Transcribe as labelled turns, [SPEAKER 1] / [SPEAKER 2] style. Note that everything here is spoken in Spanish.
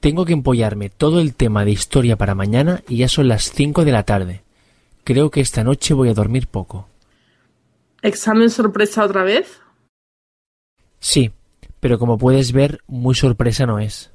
[SPEAKER 1] Tengo que empollarme todo el tema de historia para mañana y ya son las cinco de la tarde. Creo que esta noche voy a dormir poco.
[SPEAKER 2] ¿Examen sorpresa otra vez?
[SPEAKER 1] Sí, pero como puedes ver, muy sorpresa no es.